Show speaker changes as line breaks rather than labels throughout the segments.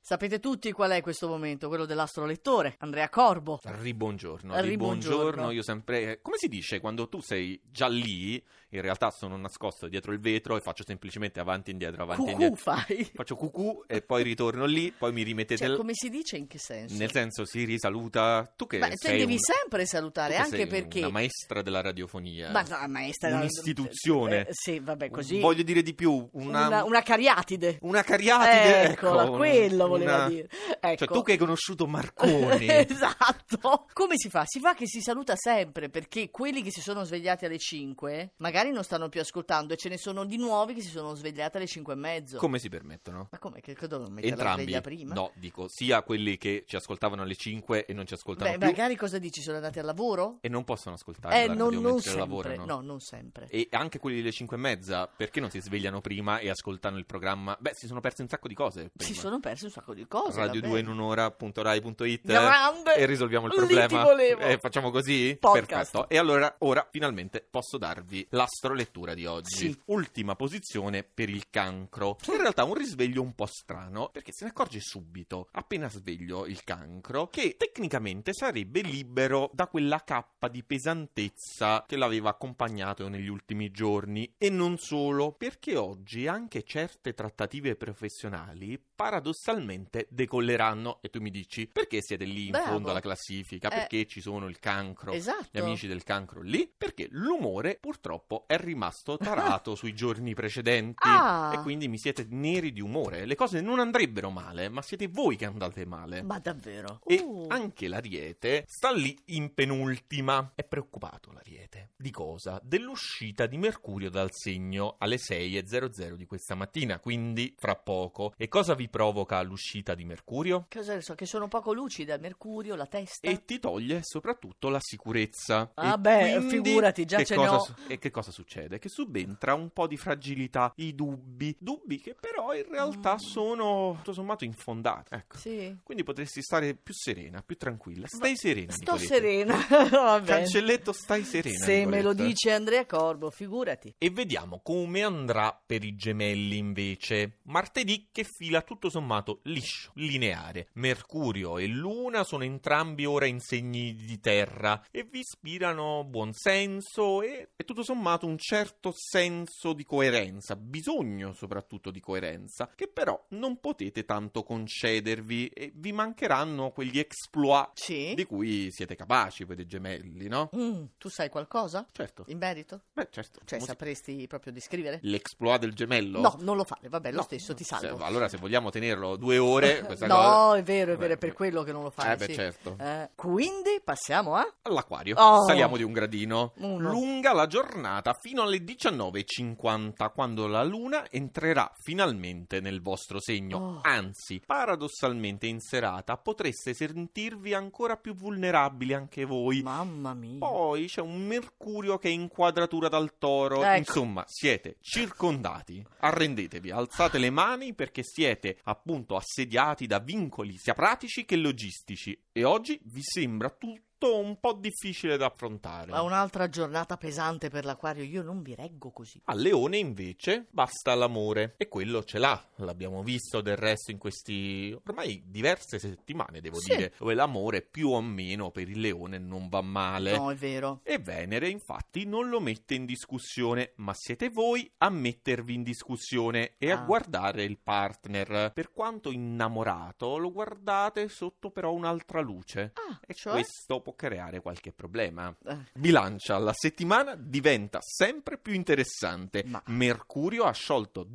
Sapete tutti qual è questo momento, quello dell'astrolettore, Andrea Corbo.
Ribongiorno,
Arri,
ribongiorno,
buongiorno.
io sempre... eh, Come si dice quando tu sei già lì, in realtà sono nascosto dietro il vetro e faccio semplicemente avanti e indietro, avanti e
Cucù
indietro.
fai.
Faccio cucù e poi ritorno lì, poi mi rimettete...
Cioè,
l-
come si dice in che senso?
Nel senso si risaluta... Tu che
Beh, te
sei
devi
un-
sempre
tu
salutare,
che
anche
sei
perché...
una maestra della radiofonia.
Ma no, maestra... Eh,
Un'istituzione.
sì, vabbè, così...
Voglio dire di più, una...
Una, una cariatide.
una cariatide,
Eccola,
ecco,
quello voleva
una-
dire. Ecco.
Cioè, tu che hai conosciuto Marconi,
esatto. Come si fa? Si fa che si saluta sempre perché quelli che si sono svegliati alle 5 magari non stanno più ascoltando e ce ne sono di nuovi che si sono svegliati alle 5 e mezzo.
come si permettono?
Ma come? Che che dovevo mettere la
Entrambi,
sveglia prima?
no, dico sia quelli che ci ascoltavano alle 5 e non ci ascoltano
Beh,
più
magari cosa dici? Sono andati al lavoro?
e non possono ascoltare
Eh,
la
non,
radio
non
mentre
sempre.
lavorano.
No, non sempre.
E anche quelli delle 5 e mezza, perché non si svegliano prima e ascoltano il programma? Beh, si sono persi un sacco di cose.
Si
prima.
sono persi un sacco di cose.
Radio
vabbè.
2 in un'ora.rai.it
Grande!
e risolviamo il
Lì ti
problema.
volevo.
Eh, facciamo così?
Podcast.
Perfetto. E allora ora finalmente posso darvi l'astrolettura di oggi.
Sì.
Ultima posizione per il cancro. In realtà un risveglio un po' strano perché se ne accorge subito, appena sveglio il cancro, che tecnicamente sarebbe libero da quella cappa di pesantezza che l'aveva accompagnato negli ultimi giorni e non solo, perché oggi anche certe trattative professionali paradossalmente decolleranno e tu mi dici perché siete lì in
Bravo.
fondo alla classifica,
Eh.
perché ci sono il cancro,
Esatto.
gli amici del cancro lì, perché l'umore purtroppo è rimasto tarato sui giorni precedenti
Ah.
e quindi mi siete neri di umore. Le cose non andrebbero male, ma siete voi che andate male.
Ma davvero?
eh. E
Uh,
anche l'Ariete sta lì in penultima. È preoccupato l'Ariete. Di cosa? Dell'uscita di Mercurio dal segno alle 6.00 di questa mattina, quindi fra poco. E cosa vi provoca l'uscita di Mercurio?
Cosa ne so? Che sono poco lucida, il mercurio, la testa.
E ti toglie soprattutto la sicurezza.
Ah
E
beh,
quindi
figurati, già
che
ce
cosa
n'ho.
su- e che cosa succede? Che subentra un po' di fragilità, i dubbi. Dubbi che però in realtà
Mm.
sono tutto sommato infondati. Ecco.
Sì.
Quindi potresti stare più serena, più tranquilla. Stai serena.
Sto
Nicoletta.
serena. Va bene.
Cancelletto, stai serena.
Se me lo
Nicoletta.
dice Andrea Corbo, figurati.
E vediamo come andrà per i gemelli invece. Martedì che fila tutto sommato liscio, lineare. Mercurio e Luna sono entrambi ora in segni di terra e vi ispirano buonsenso e, e tutto sommato un certo senso di coerenza, bisogno soprattutto di coerenza, che però non potete tanto concedervi e vi mancheranno quegli exploit
Sì.
di cui siete capaci per i gemelli, no?
Mm, tu sai qualcosa
Certo.
in merito?
Beh, certo.
Cioè,
Musica-
sapresti proprio descrivere?
L'exploit del gemello?
No, non lo fare, vabbè, lo
No.
stesso, ti
Se-
salvo.
allora, se vogliamo tenerlo due ore, questa
no,
cosa-
è vero, è vero, è per
Eh,
quello che non lo fai.
Eh, beh,
sì.
certo.
Eh, quindi passiamo a...
All'acquario,
Oh.
saliamo di un gradino.
Uno.
Lunga la giornata fino alle 19.50, quando la luna entrerà finalmente nel vostro segno.
Oh.
Anzi, paradossalmente in serata potreste sentirvi ancora più vulnerabili anche voi.
Mamma mia.
Poi c'è un Mercurio che è in quadratura dal toro.
Ecco.
Insomma, siete circondati. Arrendetevi, alzate le mani perché siete appunto assediati da vincoli sia pratici che logistici. E oggi vi sembra tutto un po' difficile da affrontare.
Ma un'altra giornata pesante per l'acquario, io non vi reggo così.
Al leone invece basta l'amore e quello ce l'ha, l'abbiamo visto del resto in questi ormai diverse settimane devo
Sì.
dire, dove l'amore più o meno per il leone non va male.
No, è vero.
E Venere infatti non lo mette in discussione, ma siete voi a mettervi in discussione e a
Ah.
guardare il partner. Per quanto innamorato, lo guardate sotto però un'altra luce.
Ah,
E
cioè?
questo può creare qualche problema.
Eh.
Bilancia, la settimana diventa sempre più interessante.
Ma-
Mercurio ha sciolto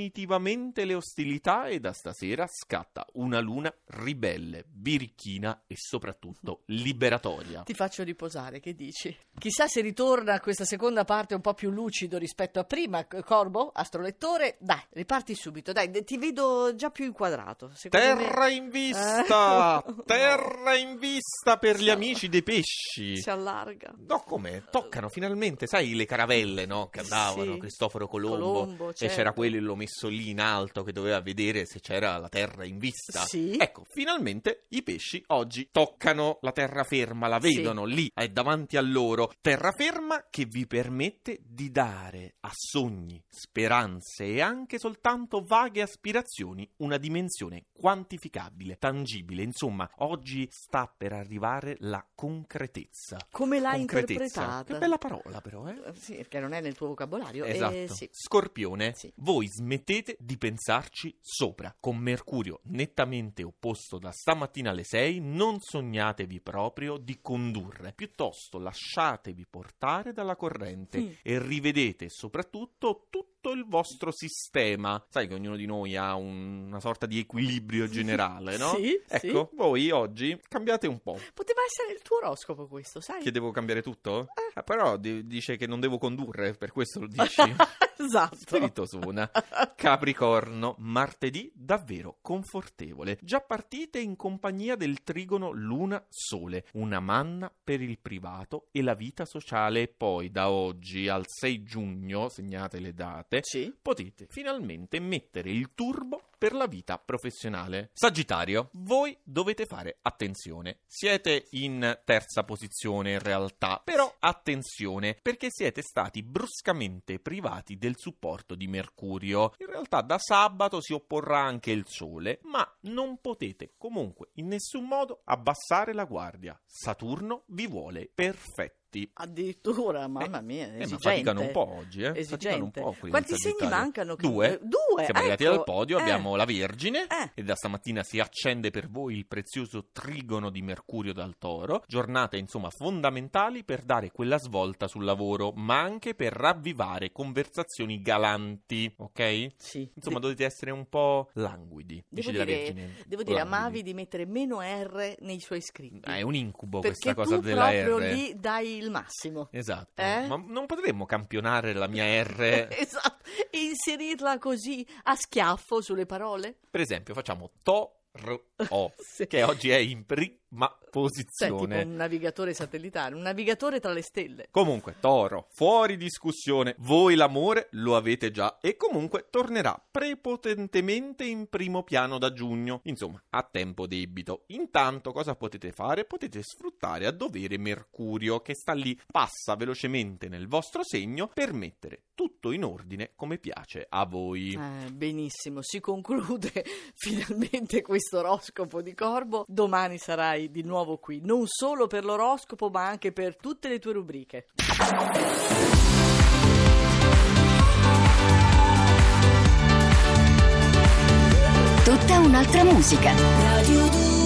definitivamente le ostilità e da stasera scatta una luna ribelle, birichina e soprattutto liberatoria.
Ti faccio riposare, che dici? Chissà se ritorna a questa seconda parte un po' più lucido rispetto a prima. C- Corbo, astrolettore, dai, riparti subito, dai, de- ti vedo già più inquadrato. Secondo me-
Terra in vista!
Eh.
Terra in vista per gli
No.
amici pesci dei pesci.
Si allarga.
No, come? Toccano finalmente, sai, le caravelle, no? Che andavano,
Sì.
Cristoforo Colombo.
Colombo,
E
certo.
c'era quello l'ho messo lì in alto che doveva vedere se c'era la terra in vista.
Sì.
Ecco, finalmente i pesci oggi toccano la terraferma, la
Sì.
vedono lì, è davanti a loro. Terraferma che vi permette di dare a sogni, speranze e anche soltanto vaghe aspirazioni una dimensione quantificabile, tangibile. Insomma, oggi sta per arrivare la concretezza.
Come l'hai
Concretezza.
interpretata?
Che bella parola però, eh?
Sì, perché non è nel tuo vocabolario. eh,
Esatto.
sì.
Scorpione,
Sì.
voi smettete di pensarci sopra. Con Mercurio nettamente opposto da stamattina alle 6, non sognatevi proprio di condurre, piuttosto lasciatevi portare dalla corrente
Mm.
e rivedete soprattutto tutto il vostro sistema. Sai che ognuno di noi ha un- una sorta di equilibrio generale, no?
Sì,
Ecco, voi oggi cambiate un po'.
Poteva essere il tuo oroscopo questo, sai?
Che devo cambiare tutto?
Eh.
Ah, però di- dice che non devo condurre, per questo lo dici.
esatto.
Spiritosona. Capricorno, martedì davvero confortevole. Già partite in compagnia del trigono Luna Sole, una manna per il privato e la vita sociale. E poi da oggi al 6 giugno, segnate le date,
Sì.
potete finalmente mettere il turbo per la vita professionale. Sagittario, voi dovete fare attenzione. Siete in terza posizione in realtà, però attenzione perché siete stati bruscamente privati del supporto di Mercurio. In realtà da sabato si opporrà anche il Sole, ma non potete comunque in nessun modo abbassare la guardia. Saturno vi vuole perfetti.
Addirittura, mamma mia,
Eh, ma
esigente.
faticano un po' oggi, eh? Faticano un
Esigente.
po' qui
Quanti
in
segni
Sagittario.
mancano? che-
Due.
eh, Due.
Siamo arrivati
ecco.
al podio,
Eh.
abbiamo la Vergine
Eh.
e da stamattina si accende per voi il prezioso trigono di Mercurio dal Toro, giornate insomma fondamentali per dare quella svolta sul lavoro, ma anche per ravvivare conversazioni galanti, ok?
Sì.
Insomma,
De-
dovete essere un po' languidi, dice la
dire-
Vergine.
devo dire a Mavi
Languidi.
di mettere meno R nei suoi scritti.
Ah, è un incubo
perché
questa cosa
tu
della
proprio
R. eh.
lì dai il massimo.
Esatto.
Eh?
Ma non potremmo campionare la mia R
esatto. E inserirla così a schiaffo sulle parole?
Per esempio, facciamo TORO,
Sì.
che oggi è in prima
Cioè, tipo
posizione.
un navigatore satellitare, un navigatore tra le stelle.
Comunque, Toro, fuori discussione, voi l'amore lo avete già e comunque tornerà prepotentemente in primo piano da giugno, insomma, a tempo debito. Intanto cosa potete fare? Potete sfruttare a dovere Mercurio che sta lì, passa velocemente nel vostro segno per mettere tutto in ordine come piace a voi.
Eh, benissimo, si conclude finalmente questo oroscopo di Corbo. Domani sarai di nuovo qui, non solo per l'oroscopo, ma anche per tutte le tue rubriche.
Tutta un'altra musica.
Radio 2